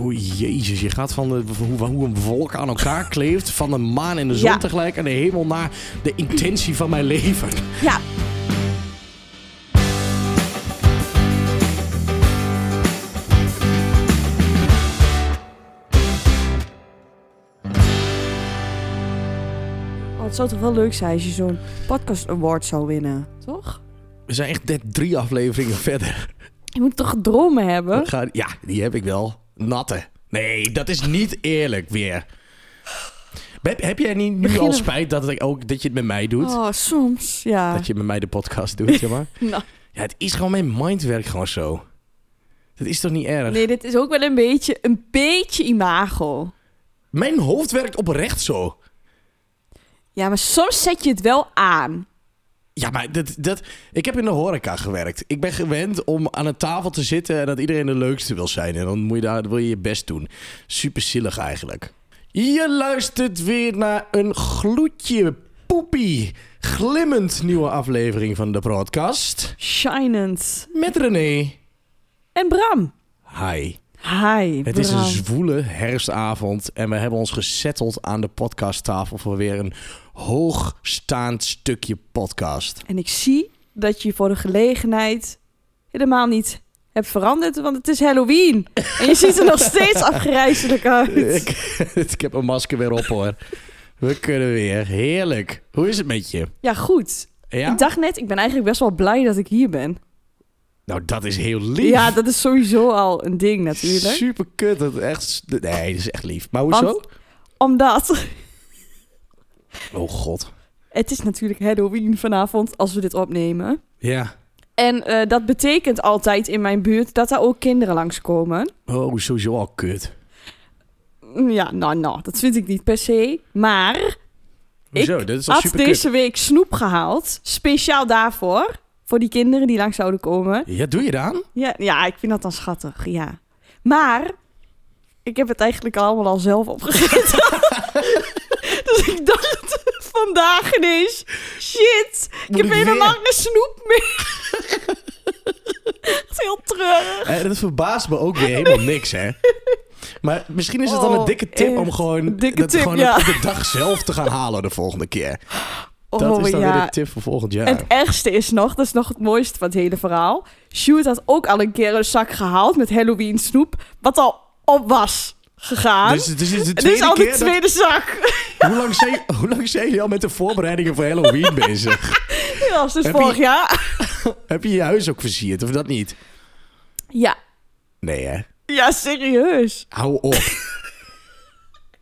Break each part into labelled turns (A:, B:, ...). A: Oei, jezus, je gaat van de, van hoe, hoe een wolk aan elkaar kleeft, van de maan en de zon
B: Ja.
A: tegelijk en de hemel naar de intentie van mijn leven.
B: Ja, Oh, het zou toch wel leuk zijn als je zo'n podcast award zou winnen, toch?
A: We zijn echt net drie afleveringen verder.
B: Je moet toch dromen hebben?
A: Ik ga- ja, die heb ik wel. Natte. Nee, dat is niet eerlijk weer. Heb, heb jij niet nu al
B: Beginnen.
A: spijt dat, ik ook, dat je het met mij doet?
B: Oh, soms, ja.
A: Dat je met mij de podcast doet, zeg maar.
B: Nou,
A: Ja, het is gewoon mijn mindwerk gewoon zo. Dat is toch niet erg?
B: nee, dit is ook wel een beetje, een beetje imago.
A: Mijn hoofd werkt oprecht zo.
B: Ja, maar soms zet je het wel aan.
A: Ja, maar dat, dat, ik heb in de horeca gewerkt. Ik ben gewend om aan een tafel te zitten en dat iedereen de leukste wil zijn. En dan moet je daar, wil je je best doen. Super zielig eigenlijk. Je luistert weer naar een gloedje poepie. Glimmend nieuwe aflevering van de podcast.
B: Shinend.
A: Met René.
B: En Bram.
A: Hi.
B: Hi,
A: Het is een zwoele herfstavond en we hebben ons gezetteld aan de podcasttafel voor weer een hoogstaand stukje podcast.
B: En ik zie dat je voor de gelegenheid helemaal niet hebt veranderd, want het is Halloween. En je ziet er nog steeds afgrijzelijk uit.
A: ik, ik heb een masker weer op hoor. We kunnen weer. Heerlijk. Hoe is het met je?
B: Ja, goed.
A: Ja?
B: Ik dacht net, ik ben eigenlijk best wel blij dat ik hier ben.
A: Nou, dat is heel lief.
B: Ja, dat is sowieso al een ding natuurlijk.
A: Super kut. Dat echt... s- Nee, dat is echt lief. Maar hoezo?
B: Want- Omdat
A: Oh god.
B: het is natuurlijk Halloween vanavond als we dit opnemen.
A: Ja.
B: En eh, dat betekent altijd in mijn buurt dat er ook kinderen langskomen.
A: Oh, sowieso al kut.
B: Ja, nou, nou, dat vind ik niet per se. Maar
A: Hoezo? dat is al
B: had dus-
A: super kut.
B: deze week snoep gehaald. Speciaal daarvoor. Voor die kinderen die langs zouden komen.
A: Ja, doe je dat aan?
B: Ja, ja, ik vind dat dan schattig, ja. Maar ik heb het eigenlijk allemaal al zelf opgegeten. dus ik dacht vandaag ineens... Shit, ik
A: Moet
B: heb
A: ik
B: helemaal
A: weer?
B: geen snoep meer. Dat is heel treurig.
A: Eh, dat verbaast me ook weer helemaal niks, hè? Maar misschien is het dan een
B: Oh,
A: dikke tip om
B: echt.
A: gewoon,
B: Dikke
A: dat
B: tip,
A: gewoon
B: ja.
A: op de dag zelf te gaan halen de volgende keer. Dat is dan weer de tip voor volgend jaar.
B: Oh, En het ergste is nog, dat is nog het mooiste van het hele verhaal. Sjoerd had ook al een keer een zak gehaald met Halloween snoep, wat al op was gegaan.
A: Dus, dus is de
B: Dit is
A: tweede
B: al de
A: keer dat-
B: tweede zak.
A: Hoe lang, zijn, hoe lang zijn jullie al met de voorbereidingen voor Halloween bezig?
B: Ja, dat is dus
A: Heb
B: vorig
A: je-
B: jaar.
A: Heb je je huis ook versierd of dat niet?
B: Ja.
A: Nee hè?
B: ja, serieus.
A: Hou op.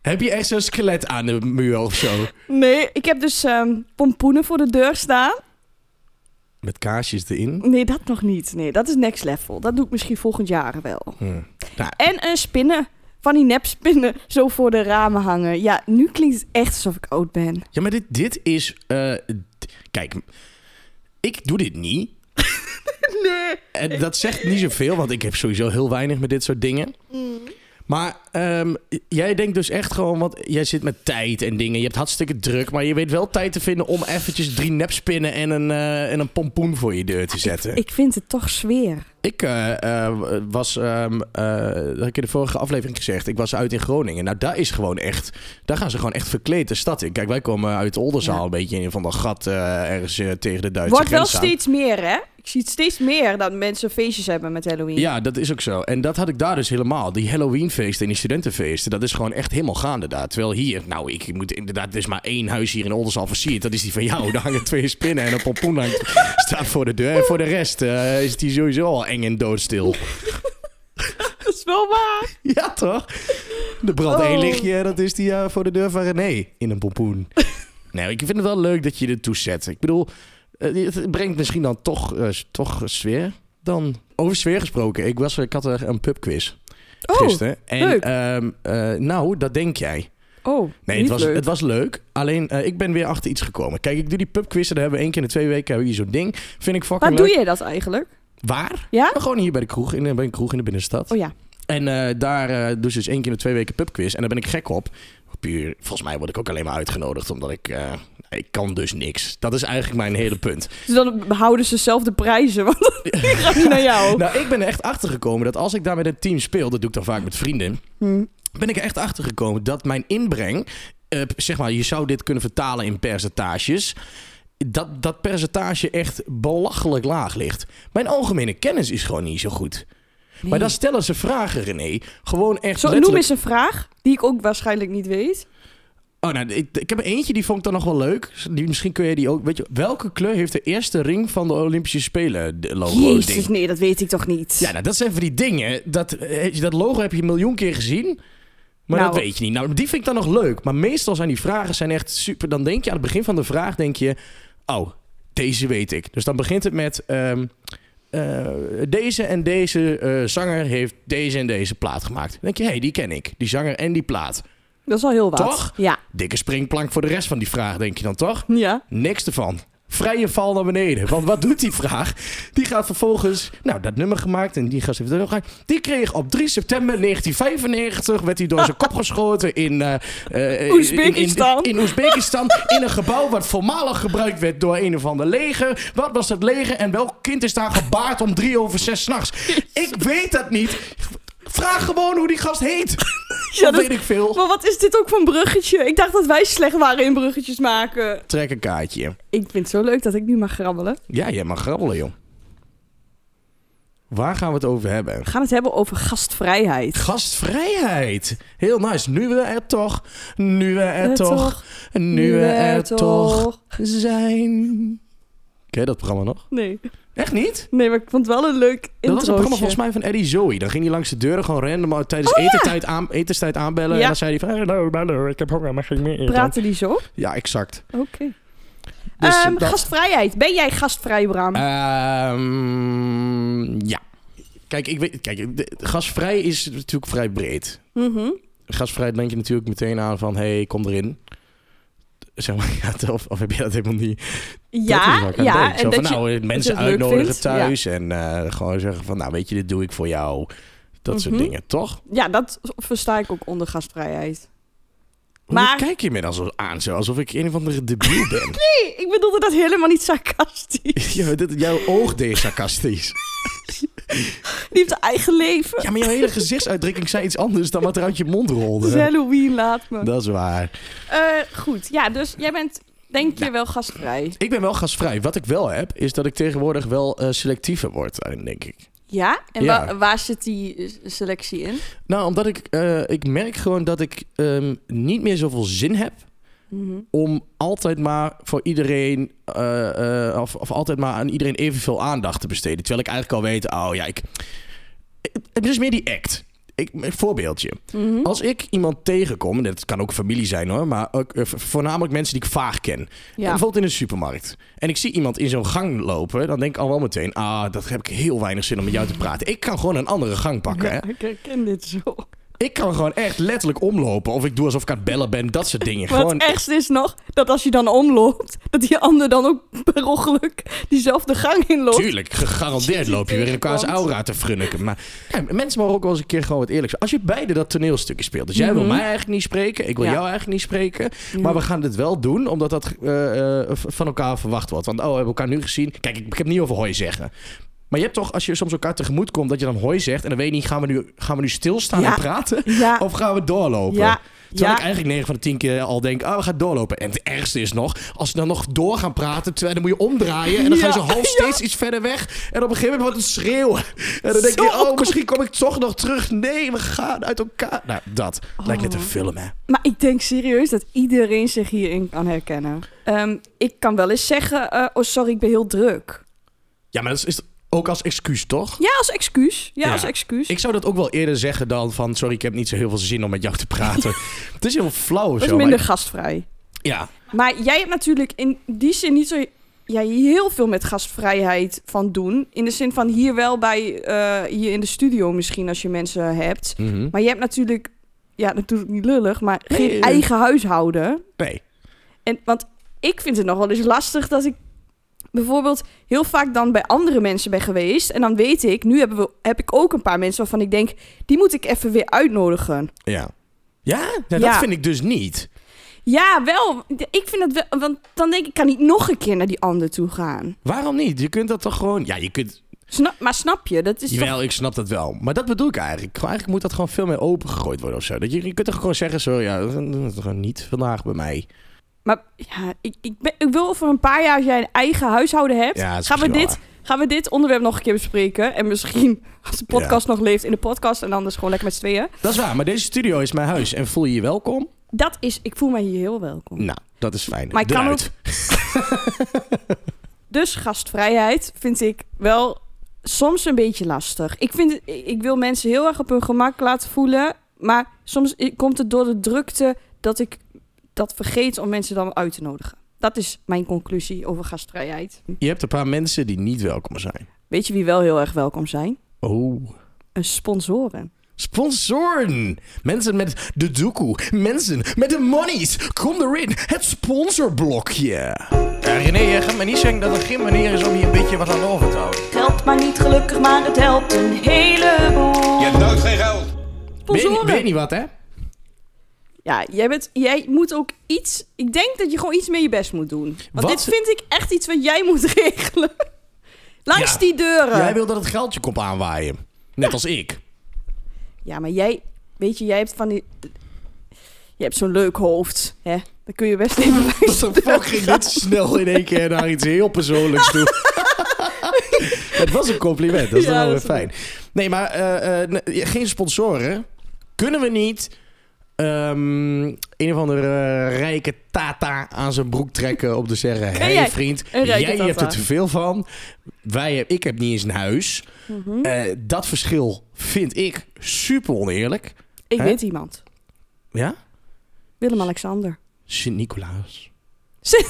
A: Heb je echt zo'n skelet aan de muur of zo?
B: Nee, ik heb dus ehm, pompoenen voor de deur staan.
A: Met kaarsjes erin?
B: Nee, dat nog niet. Nee, dat is next level. Dat doe ik misschien volgend jaar wel.
A: Hm. Nou,
B: En een spinnen. Van die nepspinnen zo voor de ramen hangen. Ja, nu klinkt het echt alsof ik oud ben.
A: ja, maar dit, dit is... eh, d- kijk, ik doe dit niet.
B: Nee.
A: En dat zegt niet zoveel, want ik heb sowieso heel weinig met dit soort dingen. Maar ehm, jij denkt dus echt gewoon, want jij zit met tijd en dingen. Je hebt hartstikke druk, maar je weet wel tijd te vinden om eventjes drie nepspinnen en een, eh, en een pompoen voor je deur te zetten. Ik,
B: Ik vind het toch sfeer.
A: eh, eh, was, ehm, eh, dat heb ik in de vorige aflevering gezegd, ik was uit in Groningen. Nou, daar is gewoon echt, daar gaan ze gewoon echt verkleed de stad in. Kijk, wij komen uit Oldenzaal
B: Ja.
A: een beetje in van dat gat eh, ergens eh, tegen de Duitse
B: Wordt wel
A: grens aan.
B: steeds meer, hè? Ik zie het steeds meer dat mensen feestjes hebben met Halloween.
A: Ja, dat is ook zo. En dat had ik daar dus helemaal. Die Halloweenfeesten en die studentenfeesten, dat is gewoon echt helemaal gaande daar. Terwijl hier, nou, ik moet inderdaad, er is maar één huis hier in Oldenzaal versierd. Dat is die van jou. Daar hangen twee spinnen en een pompoen hangt, staat voor de deur. En voor de rest eh, is die sowieso al eng en doodstil.
B: Dat is wel waar.
A: Ja, toch? Er brandt
B: Oh.
A: één lichtje, dat is die eh, voor de deur van René in een pompoen. nee, ik vind het wel leuk dat je dit toezet. Ik bedoel, eh, het brengt misschien dan toch, eh, s- toch eh, sfeer. Dan, over sfeer gesproken, ik, was, ik had eh, een pubquiz
B: Oh,
A: gisteren. En,
B: leuk.
A: ehm, eh, nou, dat denk jij.
B: Oh,
A: Nee, het
B: niet
A: was,
B: leuk.
A: het was leuk. Alleen, eh, ik ben weer achter iets gekomen. Kijk, ik doe die pubquizzen, daar hebben we één keer in de twee weken hebben we hier zo'n ding. Vind ik fucking
B: Waar doe
A: leuk.
B: je Ah. dat eigenlijk?
A: Waar?
B: Ja?
A: Gewoon hier bij de kroeg, in, bij een kroeg in de binnenstad.
B: Oh ja.
A: En eh, daar eh, doen ze dus één keer in de twee weken pubquiz. En daar ben ik gek op. puur... Volgens mij word ik ook alleen maar uitgenodigd omdat ik... eh, ik kan dus niks. Dat is eigenlijk mijn hele punt.
B: Dus dan houden ze zelf de prijzen, want ik ga niet naar jou.
A: Nou, ik ben er echt achter gekomen dat als ik daar met een team speel, dat doe ik dan vaak met vrienden,
B: Hm.
A: ben ik er echt achter gekomen dat mijn inbreng, eh, zeg maar, je zou dit kunnen vertalen in percentages. Dat dat percentage echt belachelijk laag ligt. Mijn algemene kennis is gewoon niet zo goed. Maar dan stellen ze vragen, René. Gewoon echt.
B: Zo, noem
A: letterlijk...
B: eens een vraag die ik ook waarschijnlijk niet weet.
A: Oh, nou, ik, ik heb er eentje die vond ik dan nog wel leuk. Die, misschien kun je die ook. Weet je, welke kleur heeft de eerste ring van de Olympische Spelen? De logo ding?
B: Jezus, nee, dat weet ik toch niet.
A: Ja, nou, dat zijn van die dingen. Dat, eh, dat logo heb je een miljoen keer gezien. Maar
B: Nou.
A: dat weet je niet. Nou, die vind ik dan nog leuk. Maar meestal zijn die vragen zijn echt super. Dan denk je aan het begin van de vraag, denk je... Oh, deze weet ik. Dus dan begint het met... ehm, eh, deze en deze eh, zanger heeft deze en deze plaat gemaakt. Dan denk je, hé, hey, die ken ik. Die zanger en die plaat.
B: Dat is al heel wat.
A: Toch?
B: Ja.
A: Dikke springplank voor de rest van die vraag, denk je dan toch?
B: Ja.
A: Niks ervan. Vrije val naar beneden. Want wat doet die vraag? Die gaat vervolgens, nou, dat nummer gemaakt en die gast heeft het ook gemaakt. Die kreeg op 3 september 1995, werd hij door zijn kop geschoten in... eh, eh, in-
B: Oezbekistan.
A: In, in, Oezbekistan, in een gebouw wat voormalig gebruikt werd door een of ander leger. Wat was dat leger en welk kind is daar gebaard om drie over zes s'nachts? Ik weet dat niet. Vraag gewoon hoe die gast heet.
B: Ja,
A: dat
B: dat-
A: weet ik veel.
B: Maar wat is dit ook voor een bruggetje? Ik dacht dat wij slecht waren in bruggetjes maken.
A: Trek een kaartje.
B: Ik vind het zo leuk dat ik nu mag grabbelen.
A: Ja, jij mag grabbelen, joh. Waar gaan we het over hebben?
B: We gaan het hebben over gastvrijheid.
A: Gastvrijheid. Heel nice. Nu we er toch, nu we er
B: Eh,
A: toch, nu we er toch zijn. Ken je dat programma nog?
B: Nee.
A: Echt niet?
B: nee, maar ik vond het wel een leuk
A: Dat was een
B: introotje.
A: programma volgens mij van Eddie Zoe. Dan ging hij langs de deuren gewoon random uit- tijdens etentijd, aan, etenstijd aanbellen.
B: Ja.
A: En dan zei hij van... "Hey,
C: Hallo, hallo, ik heb honger, mag ik meer eten?
B: Praten die zo? Oké.
A: Ja, exact. Dus
B: Ehm,
A: dat- Eh,
B: Gastvrijheid. Ben jij gastvrij, Bram?
A: Ehm, ja. Kijk, ik weet, kijk, de- gasvrij is natuurlijk vrij breed.
B: Mhm.
A: gasvrijheid denk je natuurlijk meteen aan van... hé, hey, kom erin. Zeg maar, ja, of, of heb je dat helemaal niet? dat is
B: Ja,
A: waar ik aan
B: ja.
A: denk. Zo
B: En
A: van,
B: dat je...
A: nou, mensen
B: het leuk
A: uitnodigen
B: vindt, ja.
A: thuis en eh, gewoon zeggen van... nou, weet je, dit doe ik voor jou. Dat soort
B: Mhm.
A: dingen, toch?
B: Ja, dat versta ik ook onder gastvrijheid.
A: Maar...
B: Maar-
A: kijk je me dan zo aan, zo, alsof ik een of andere debiel ben?
B: Nee, ik bedoelde dat helemaal niet sarcastisch.
A: ja, maar dit, jouw oog deed sarcastisch.
B: Die heeft een eigen leven.
A: ja, maar jouw hele gezichtsuitdrukking zei iets anders dan wat er uit je mond
B: Het is
A: rolde.
B: Halloween, laat me.
A: Dat is waar.
B: Eh, goed, ja, dus jij bent denk je wel gastvrij.
A: Ik ben wel gasvrij. Wat ik wel heb, is dat ik tegenwoordig wel eh, selectiever word, daarin, denk ik.
B: Ja? En
A: Ja.
B: wa- waar zit die eh, selectie in?
A: Nou, omdat ik, eh, ik merk gewoon dat ik ehm, niet meer zoveel zin heb
B: Mhm.
A: om altijd maar voor iedereen eh, eh, of, of altijd maar aan iedereen evenveel aandacht te besteden. Terwijl ik eigenlijk al weet, oh ja, ik. Het is meer die act. Ik, een voorbeeldje.
B: Mhm.
A: Als ik iemand tegenkom, en dat kan ook familie zijn hoor, maar ook, eh, voornamelijk mensen die ik vaag ken.
B: Ja.
A: Bijvoorbeeld in een supermarkt. En ik zie iemand in zo'n gang lopen, dan denk ik al wel meteen, ah, dat heb ik heel weinig zin om met jou te praten. Ik kan gewoon een andere gang pakken. Hè?
B: Ik herken dit zo.
A: Ik kan gewoon echt letterlijk omlopen. Of ik doe alsof ik aan het bellen ben. Dat soort dingen.
B: Maar
A: Gewoon,
B: het ergste is nog dat als je dan omloopt, dat die ander dan ook per ongeluk diezelfde gang inloopt.
A: tuurlijk, gegarandeerd loop je weer elkaars aura te frunniken. Maar ja, mensen mogen ook wel eens een keer gewoon wat eerlijk zijn. Als je beide dat toneelstukje speelt. Dus jij wil mij eigenlijk niet spreken. Ik wil
B: Mhm. Ja. Mhm.
A: jou eigenlijk niet spreken.
B: Mm.
A: Maar we gaan dit wel doen, omdat dat eh, eh, v- van elkaar verwacht wordt. Want oh, we hebben elkaar nu gezien. Kijk, ik, ik heb niet over hoi zeggen. Maar je hebt toch, als je soms elkaar tegemoet komt, dat je dan hoi zegt. En dan weet je niet, gaan we nu, gaan we nu stilstaan
B: Ja.
A: en praten?
B: Ja.
A: Of gaan we doorlopen?
B: Ah. Ja.
A: Terwijl
B: Ja.
A: ik eigenlijk 9 van de 10 keer al denk, ah, we gaan doorlopen. En het ergste is nog, als ze dan nog door gaan praten, terwijl dan moet je omdraaien. En dan
B: Ja.
A: gaan ze half steeds iets verder weg. En op een gegeven moment wordt het schreeuwen. En dan denk
B: Zo
A: je, oh,
B: awkward.
A: misschien kom ik toch nog terug. Nee, we gaan uit elkaar. Nou, dat lijkt
B: Oh.
A: net een film, hè.
B: Maar ik denk serieus dat iedereen zich hierin kan herkennen. Ehm, ik kan wel eens zeggen, eh, oh sorry, ik ben heel druk.
A: Ja, maar dat is, is ook als excuus, toch?
B: Ja, als excuus. Ja,
A: Ja.
B: als excuus.
A: Ik zou dat ook wel eerder zeggen dan van, sorry, ik heb niet zo heel veel zin om met jou te praten. het is heel flauw of
B: Dat
A: zo.
B: is
A: maar
B: minder
A: ik-
B: gastvrij.
A: ja,
B: Maar jij hebt natuurlijk in die zin niet zo jij heel veel met gastvrijheid van doen. In de zin van hier wel bij, eh, hier in de studio misschien als je mensen hebt.
A: Mhm.
B: Maar je hebt natuurlijk, ja dat doe ik niet lullig, maar
A: Nee,
B: geen
A: nee, nee.
B: eigen huishouden.
A: nee.
B: En, want ik vind het nog wel eens lastig dat ik bijvoorbeeld heel vaak dan bij andere mensen ben geweest. En dan weet ik, nu hebben we, heb ik ook een paar mensen waarvan ik denk, die moet ik even weer uitnodigen.
A: Ja. Ja? Nou, dat
B: Ja.
A: vind ik dus niet.
B: Ja, wel. Ik vind dat wel. Want dan denk ik, ik kan niet nog een keer naar die ander toe gaan.
A: Waarom niet? Je kunt dat toch gewoon... Ja, je kunt...
B: Snap, maar snap je? Dat is Dus toch-
A: Jawel, ik snap dat wel. Maar dat bedoel ik eigenlijk. Gewoon- Eigenlijk moet dat gewoon veel meer opengegooid worden of zo. Dat je, je kunt toch gewoon zeggen zo... Ja, dat is gewoon niet vandaag bij mij.
B: Maar ja, ik, ik, ben, ik wil over een paar jaar, als jij een eigen huishouden hebt,
A: Ja, Ah, dat is
B: gaan, we
A: misschien
B: dit, gaan we dit onderwerp nog een keer bespreken. En misschien, als de podcast nog leeft, in de podcast. En anders gewoon lekker met z'n tweeën.
A: Dat is waar, maar deze studio is mijn huis. En voel je je welkom?
B: Dat is, ik voel mij hier heel welkom.
A: Nou, dat is fijn.
B: Maar ik kan
A: Eruit.
B: Dus gastvrijheid vind ik wel soms een beetje lastig. Ik, vind, het- ik ik wil mensen heel erg op hun gemak laten voelen. Maar soms i- komt het door de drukte dat ik dat vergeet om mensen dan uit te nodigen. Dat is mijn conclusie over gastvrijheid.
A: Je hebt een paar mensen die niet welkom zijn.
B: Weet je wie wel heel erg welkom zijn?
A: Oh.
B: Een sponsoren.
A: Sponsoren. Mensen met de doekoe. Mensen met de monies. Kom erin. Het sponsorblokje. Eh, René, jij gaat me niet zeggen dat er geen manier is om hier een beetje wat aan over te houden.
B: Geld maar niet gelukkig, maar het helpt een heleboel.
D: Je hebt nooit geen geld.
A: Weet,
B: Sponsoren.
A: weet niet wat, hè?
B: Ja, jij, bent, jij moet ook iets... Ik denk dat je gewoon iets meer je best moet doen. Want
A: Wat?
B: dit vind ik echt iets wat jij moet regelen. Langs
A: Ja.
B: die deuren.
A: Jij wil dat het geldje komt aanwaaien. Net als ik.
B: Ja, maar jij... Weet je, jij hebt van die... Je hebt zo'n leuk hoofd, hè? Dan kun je best even
A: Wat
B: langs
A: de fuck ging dit snel in één keer naar iets heel persoonlijks toe? Het was een compliment, dat is
B: Ja,
A: dan wel weer
B: dat is
A: fijn. Nee, maar eh, eh, nee, geen sponsoren. Kunnen we niet ehm, een of andere eh, rijke tata aan zijn broek trekken om te zeggen... Hé hey,
B: jij
A: vriend,
B: een rijke
A: jij hebt er
B: tata?
A: te veel van. Wij, heb- ik heb niet eens een huis. Eh, dat verschil vind ik super oneerlijk.
B: Ik
A: Hè?
B: weet iemand.
A: Ja?
B: Willem-Alexander.
A: Sint-Nicolaas.
B: Sint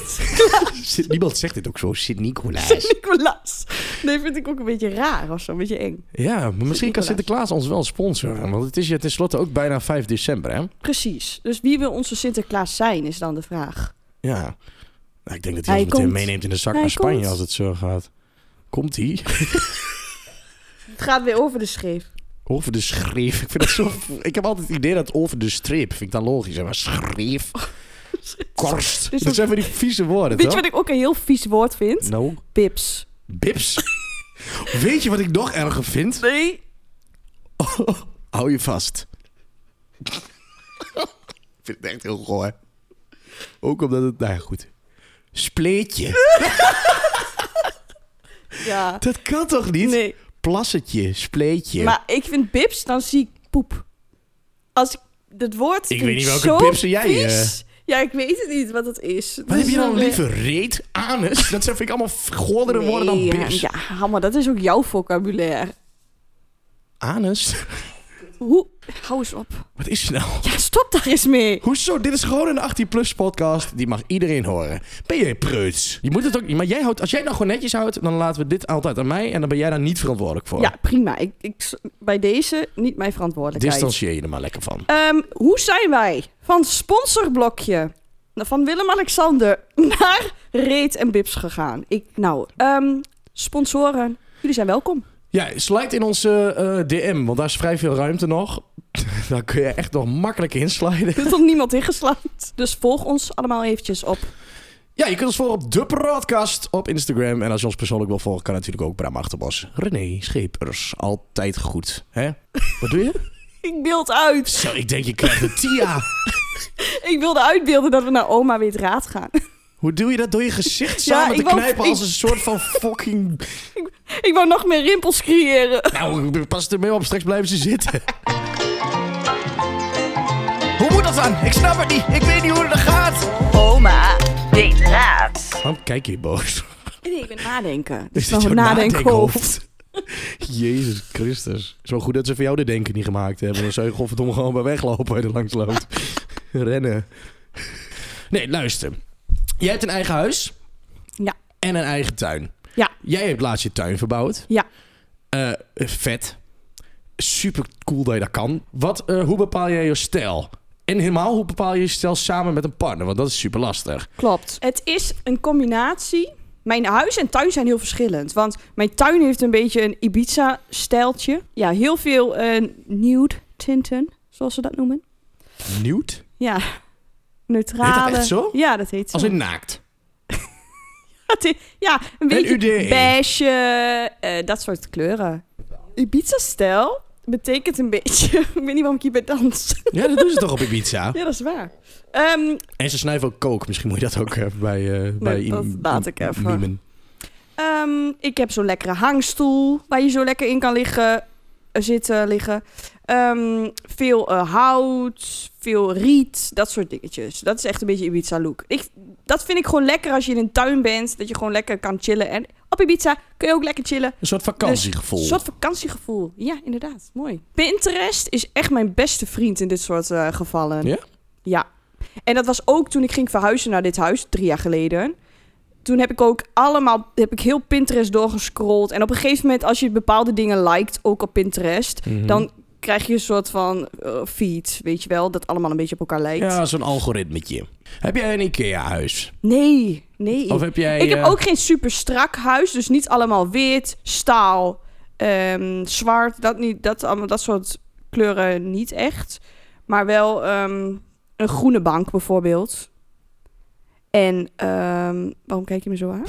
A: Sint- Niemand zegt dit ook zo, Sint-Nicolaas.
B: Sint-Nicolaas. Nee, vind ik ook een beetje raar of zo. Een beetje eng.
A: Ja, maar misschien kan
B: Sinterklaas.
A: Sinterklaas ons wel sponsoren. Want het is ja tenslotte ook bijna 5 december, hè?
B: Precies. Dus wie wil onze Sinterklaas zijn, is dan de vraag.
A: Ja. Nou, ik denk dat hij,
B: Hij
A: ons meteen
B: komt.
A: meeneemt in de zak
B: Hij
A: naar Spanje
B: komt.
A: als het zo gaat. Komt hij?
B: Het gaat weer over de scheef.
A: Over de schreef. Ik, vind dat zo... ik heb altijd het idee dat over de streep vind ik dan logisch. hè, Maar schreef, korst.
B: Dit is
A: Dat zijn van die vieze woorden,
B: Weet je
A: toch?
B: wat ik ook een heel vies woord vind?
A: Nou,
B: Pips.
A: bips. Weet je wat ik nog erger vind?
B: Nee.
A: Hou je vast. ik vind het echt heel goor. Ook omdat het... Nou ja, goed. Spleetje.
B: Ja.
A: Dat kan toch niet?
B: Nee.
A: Plassetje, spleetje.
B: Maar ik vind bips, dan zie ik poep. Als ik dat woord.
A: Ik
B: vind
A: weet niet welke
B: zo
A: pipsen jij, eh,
B: vies. Ja, ik weet het niet wat het is.
A: Wat heb je dan liever? Reet, anus? Dat zijn vind ik allemaal f- goordere woorden dan bips.
B: Ja, ja, maar dat is ook jouw vocabulaire.
A: Anus?
B: Hoe? Hou eens op.
A: Wat is het nou?
B: Ja, stop daar eens mee.
A: Hoezo? Dit is gewoon een 18-plus podcast. Die mag iedereen horen. Ben jij preuts? Je moet het ook niet. Maar jij houdt, als jij het nou gewoon netjes houdt, dan laten we dit altijd aan mij. En dan ben jij daar niet verantwoordelijk voor.
B: Ja, prima. Ik, ik, bij deze niet mijn verantwoordelijkheid.
A: Distancieer je er maar lekker van.
B: Ehm, hoe zijn wij van sponsorblokje nou, van Willem-Alexander naar Reet en Bips gegaan? Ik, nou, ehm, sponsoren, jullie zijn welkom.
A: Ja, slide in onze eh, DM, want daar is vrij veel ruimte nog. daar kun je echt nog makkelijk insliden.
B: Er is nog niemand ingeslaagd. Dus volg ons allemaal eventjes op.
A: Ja, je kunt ons volgen op de podcast op Instagram. En als je ons persoonlijk wil volgen, kan natuurlijk ook Bram Achterbos. René Schepers, altijd goed. Hè? Wat doe je?
B: Ik beeld uit.
A: Zo, ik denk je krijgt een TIA.
B: Ik wilde uitbeelden dat we naar oma weer het raad gaan.
A: Hoe doe je dat? Door je gezicht samen
B: ik
A: te
B: wou-
A: knijpen
B: ik-
A: als een soort van fucking...
B: Ik wou nog meer rimpels creëren.
A: Nou, pas er mee op, straks blijven ze zitten. hoe moet dat dan? Ik snap het niet. Ik weet niet hoe dat gaat.
E: Oma weet raad.
A: Waarom kijk je boos?
B: Nee, ik ben nadenken.
A: Is
B: Dus
A: dit
B: nog een
A: jouw
B: nadenkhoofd.
A: Jezus Christus. Zo goed dat ze voor jou de denken niet gemaakt hebben. Dan zou je godverdomme gewoon bij weglopen als je er langs loopt. Rennen. Nee, luister. Jij hebt een eigen huis.
B: Ja.
A: En een eigen tuin.
B: Ja.
A: Jij hebt laatst je tuin verbouwd.
B: Ja.
A: Eh, vet. Super cool dat je dat kan. Wat, eh, hoe bepaal jij je stijl? En helemaal, hoe bepaal je je stijl samen met een partner? Want dat is super lastig.
B: Klopt. Het is een combinatie. Mijn huis en tuin zijn heel verschillend. Want mijn tuin heeft een beetje een Ibiza-stijltje. Ja, heel veel eh nude tinten, zoals ze dat noemen.
A: Nude?
B: Ja,
A: Heet dat
B: neutrale.
A: echt zo?
B: Ja, dat heet zo.
A: Als in naakt.
B: Dat he- ja, een beetje
A: UDE.
B: beige, eh, dat soort kleuren. Ibiza-stijl betekent een beetje... ik weet niet waarom ik hierbij dans.
A: Ja, dat doen ze toch op Ibiza?
B: ja, dat is waar. Ehm,
A: En ze snuiven ook kook. Misschien moet je dat ook even bij... eh bij im-
B: dat laat ik even.
A: miemen.
B: Ehm, ik heb zo'n lekkere hangstoel waar je zo lekker in kan liggen, eh, zitten, liggen. Ehm, veel eh, hout, veel riet, dat soort dingetjes. Dat is echt een beetje Ibiza look. Ik, dat vind ik gewoon lekker als je in een tuin bent, dat je gewoon lekker kan chillen. En op Ibiza kun je ook lekker chillen.
A: Een soort vakantiegevoel.
B: Een Dus soort vakantiegevoel. Ja, inderdaad. Mooi. Pinterest is echt mijn beste vriend in dit soort eh, gevallen.
A: Ja?
B: Ja. En dat was ook toen ik ging verhuizen naar dit huis, drie jaar geleden. Toen heb ik ook allemaal, heb ik heel Pinterest doorgescrolld. En op een gegeven moment, als je bepaalde dingen liked, ook op Pinterest,
A: Mhm.
B: dan krijg je een soort van eh, feed, weet je wel, dat allemaal een beetje op elkaar lijkt.
A: Ja, zo'n algoritmetje. Heb jij een IKEA-huis?
B: Nee, nee.
A: Of heb jij...
B: Ik heb
A: eh,
B: ook geen super strak huis, dus niet allemaal wit, staal, ehm, zwart. Dat, niet, dat, allemaal- dat soort kleuren niet echt. Maar wel ehm, een groene bank bijvoorbeeld. En ehm, waarom kijk je me zo aan?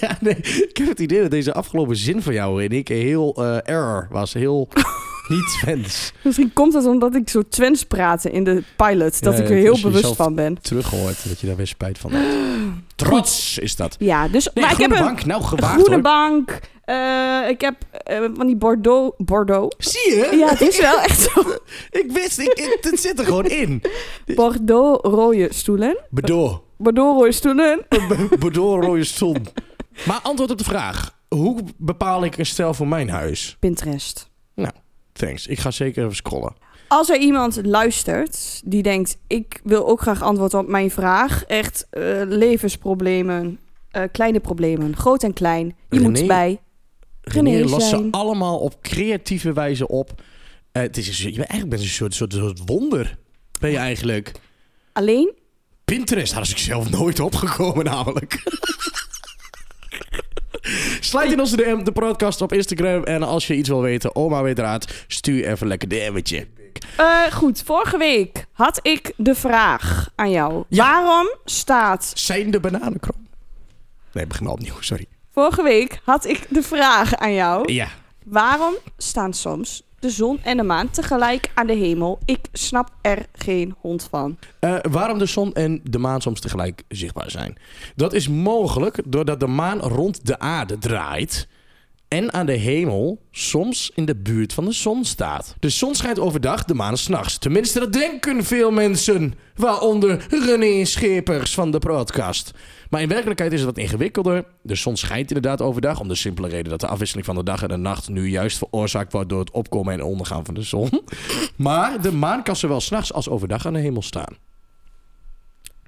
A: Ja, nee, ik heb het idee dat deze afgelopen zin van jou, en ik heel eh, error was. Heel niet fans.
B: Misschien komt dat omdat ik zo Twents praatte in de pilot. Dat
A: Ja,
B: ik er
A: ja,
B: heel
A: dus
B: bewust
A: jezelf-
B: van ben.
A: Teruggehoord dat je daar weer spijt van hebt. Trots is dat.
B: Ja, dus,
A: Nee,
B: maar ik
A: groene
B: heb een
A: bank. Nou, gewaagd
B: groene
A: hoor.
B: bank. eh, ik heb eh, van die Bordeaux. Bordeaux.
A: Zie je?
B: Ja, het is wel echt zo.
A: Ik wist, ik, ik- het zit er gewoon in.
B: Bordeaux rode stoelen.
A: Bedoor.
B: Bordeaux rode stoelen.
A: Bedoor rode zon. Maar antwoord op de vraag. Hoe bepaal ik een stijl voor mijn huis?
B: Pinterest.
A: Thanks. Ik ga zeker even scrollen.
B: Als er iemand luistert die denkt: ik wil ook graag antwoord op mijn vraag. Echt eh, levensproblemen, eh, kleine problemen, groot en klein. Je
A: René-
B: moet bij.
A: René,
B: René
A: lost ze
B: zijn.
A: allemaal op creatieve wijze op. Eh, het is een, soort- je bent eigenlijk best een soort, soort, soort wonder. Ben je eigenlijk.
B: Alleen
A: Pinterest had ik zelf nooit opgekomen namelijk. Sluit in onze DM, de podcast op Instagram. En als je iets wil weten, oma weet raad, stuur even lekker DM'tje.
B: Eh, goed, vorige week had ik de vraag aan jou. Waarom staat...
A: Zijn de bananenkrom? Nee, begin maar opnieuw, sorry.
B: Vorige week had ik de vraag aan jou.
A: Ja,
B: Waarom staan soms de zon en de maan tegelijk aan de hemel? Ik snap er geen hond van.
A: Eh, waarom de zon en de maan soms tegelijk zichtbaar zijn. Dat is mogelijk doordat de maan rond de aarde draait en aan de hemel soms in de buurt van de zon staat. De zon schijnt overdag, de maan s'nachts. Tenminste, dat denken veel mensen, waaronder René Schepers van de podcast. Maar in werkelijkheid is het wat ingewikkelder. De zon schijnt inderdaad overdag, om de simpele reden dat de afwisseling van de dag en de nacht nu juist veroorzaakt wordt door het opkomen en ondergaan van de zon. Maar de maan kan zowel s'nachts als overdag aan de hemel staan.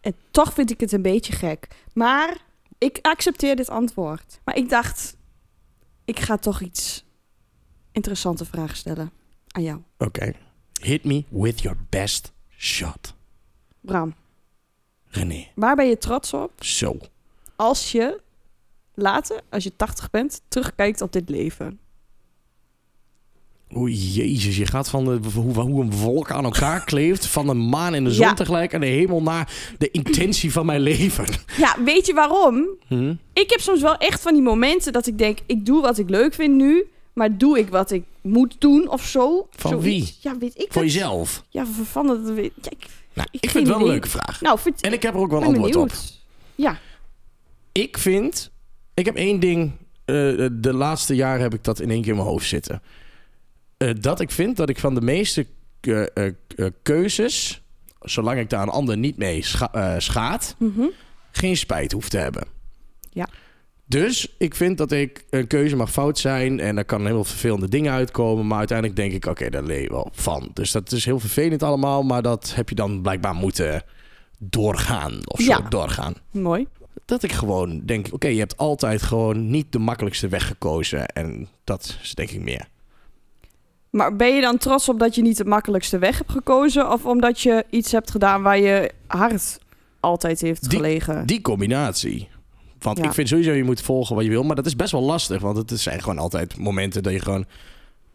B: En toch vind ik het een beetje gek. Maar ik accepteer dit antwoord. Maar ik dacht, ik ga toch iets interessante vragen stellen aan jou.
A: Oké. Hit me with your best shot.
B: Bram,
A: René.
B: waar ben je trots op
A: Zo.
B: als je later, als je 80 bent, terugkijkt op dit leven?
A: Oei, Oh, jezus. Je gaat van de, hoe, hoe een wolk aan elkaar kleeft. Van de maan en de zon
B: Ja.
A: tegelijk. En de hemel naar de intentie van mijn leven.
B: Ja, weet je waarom?
A: Hm?
B: Ik heb soms wel echt van die momenten dat ik denk, ik doe wat ik leuk vind nu, maar doe ik wat ik moet doen of zo?
A: Van
B: Zoiets.
A: wie?
B: Ja, weet ik
A: Voor
B: het.
A: jezelf.
B: Ja, van- van dat weet ja, ik.
A: Nou, ik,
B: geen
A: vind het wel een
B: idee.
A: leuke vraag.
B: Nou, vind,
A: En ik heb er ook wel een
B: ben
A: antwoord op.
B: benieuwd.
A: Ik vind... Ik heb één ding... eh, de laatste jaren heb ik dat in één keer in mijn hoofd zitten. Eh, dat ik vind dat ik van de meeste eh, eh, eh, keuzes... zolang ik daar een ander niet mee scha eh, schaad...
B: Mhm.
A: geen spijt hoeft te hebben.
B: Ja.
A: Dus ik vind dat ik een keuze mag fout zijn en daar kan heel veel vervelende dingen uitkomen. Maar uiteindelijk denk ik, oké, daar leer je wel van. Dus dat is heel vervelend allemaal, maar dat heb je dan blijkbaar moeten doorgaan of zo
B: Ja.
A: doorgaan.
B: Mooi.
A: Dat ik gewoon denk, oké, je hebt altijd gewoon niet de makkelijkste weg gekozen. En dat is denk ik meer.
B: Maar ben je dan trots op dat je niet de makkelijkste weg hebt gekozen? Of omdat je iets hebt gedaan waar je hart altijd heeft
A: Die-
B: gelegen?
A: Die combinatie. Want
B: Ja.
A: ik vind sowieso je moet volgen wat je wil. Maar dat is best wel lastig. Want het zijn gewoon altijd momenten dat je gewoon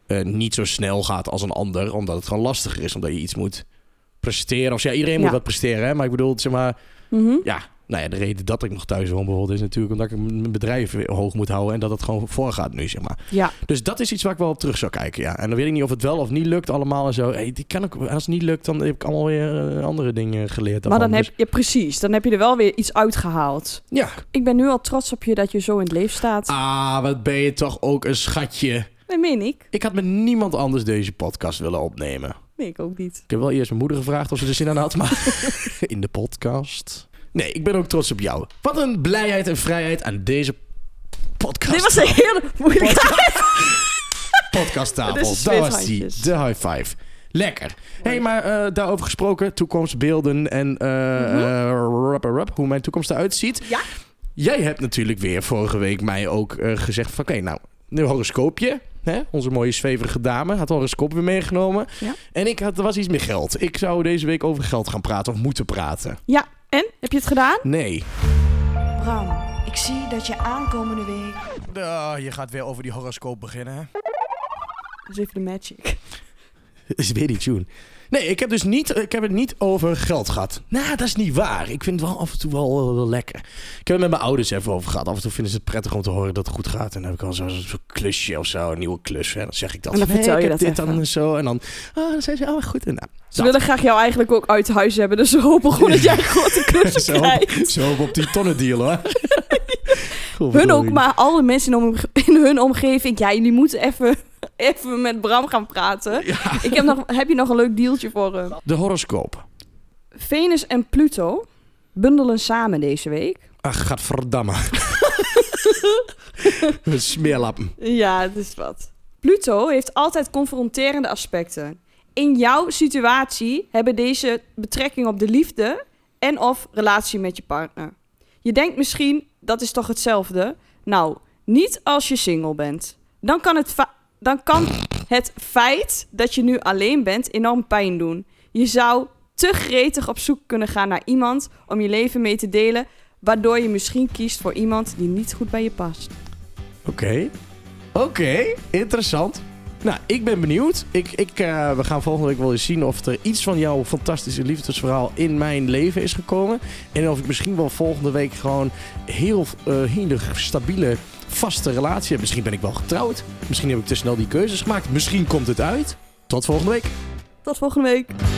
A: eh, niet zo snel gaat als een ander. Omdat het gewoon lastiger is. Omdat je iets moet presteren. Of zo. ja, iedereen
B: Ja.
A: moet wat presteren, hè? maar ik bedoel, zeg maar,
B: Mhm.
A: ja. Nou ja, de reden dat ik nog thuis woon bijvoorbeeld is natuurlijk omdat ik mijn bedrijf weer hoog moet houden en dat het gewoon voorgaat nu, zeg maar.
B: ja.
A: Dus dat is iets waar ik wel op terug zou kijken, ja. En dan weet ik niet of het wel of niet lukt allemaal en zo. Hey, die kan ook, als het niet lukt, dan heb ik allemaal weer eh, andere dingen geleerd.
B: Maar dan
A: daarvan.
B: heb je precies, dan heb je er wel weer iets uitgehaald.
A: Dus- Ja.
B: Ik ben nu al trots op je dat je zo in het leven staat.
A: Ah, wat ben je toch ook een schatje.
B: Dat meen ik.
A: Ik had met niemand anders deze podcast willen opnemen.
B: Nee, ik ook niet.
A: Ik heb wel eerst mijn moeder gevraagd of ze er zin aan had, maar in de podcast. Nee, ik ben ook trots op jou. Wat een blijheid en vrijheid aan deze podcast.
B: Dit was een hele moeilijke... Dit
A: podcasttafel.
B: is
A: Daar was die.
B: zweethandjes.
A: De high five. Lekker. Hé, hey, maar eh, daarover gesproken, toekomstbeelden en eh eh, rap, rap, hoe mijn toekomst eruit ziet.
B: Mhm. Ja.
A: Jij hebt natuurlijk weer vorige week mij ook eh, gezegd van... Oké, nou, nu horoscoopje. Hè? Onze mooie zweverige dame had horoscoop weer meegenomen.
B: Ja.
A: En ik had, er was iets met geld. Ik zou deze week over geld gaan praten of moeten praten.
B: Ja, en? Heb je het gedaan?
A: Nee.
D: Bram, ik zie dat je aankomende week
A: Oh, je gaat weer over die horoscoop beginnen.
B: Dat is even de magic.
A: is weer die tune. Nee, ik heb, dus niet, ik heb het niet over geld gehad. Nou, dat is niet waar. Ik vind het wel af en toe wel, wel, wel lekker. Ik heb het met mijn ouders even over gehad. Af en toe vinden ze het prettig om te horen dat het goed gaat. En dan heb ik al zo'n zo klusje of zo, een nieuwe klus. Hè. Dan zeg ik dat.
B: En dan
A: van, hey,
B: vertel je
A: ik heb
B: dat
A: dit dan
B: even.
A: en zo. En dan, ah, dan zijn ze, oh, goed. En nou,
B: Ze willen graag jou eigenlijk ook uit huis hebben, dus ze hopen gewoon dat jij grote klussen
A: zo,
B: krijgt.
A: zo op die tonnendeal, hoor.
B: Hun
A: Godverdorie.
B: ook, maar alle mensen in, omge- in hun omgeving. Ja, jullie moeten even, even met Bram gaan praten. Ik heb, nog, heb je nog een leuk deeltje voor hem?
A: De horoscoop.
B: Venus en Pluto bundelen samen deze week.
A: Ach, gadverdamme. Een smeerlappen.
B: Ja, het is wat. Pluto heeft altijd confronterende aspecten. In jouw situatie hebben deze betrekking op de liefde en of relatie met je partner. Je denkt misschien, dat is toch hetzelfde? Nou, niet als je single bent. Dan kan het, fa- dan kan het feit dat je nu alleen bent enorm pijn doen. Je zou te gretig op zoek kunnen gaan naar iemand om je leven mee te delen, waardoor je misschien kiest voor iemand die niet goed bij je past.
A: Oké. Oké, interessant. Nou, ik ben benieuwd. Ik, ik, eh, we gaan volgende week wel eens zien of er iets van jouw fantastische liefdesverhaal in mijn leven is gekomen. En of ik misschien wel volgende week gewoon heel, eh hele stabiele, vaste relatie heb. Misschien ben ik wel getrouwd. Misschien heb ik te snel die keuzes gemaakt. Misschien komt het uit. Tot volgende week.
B: Tot volgende week.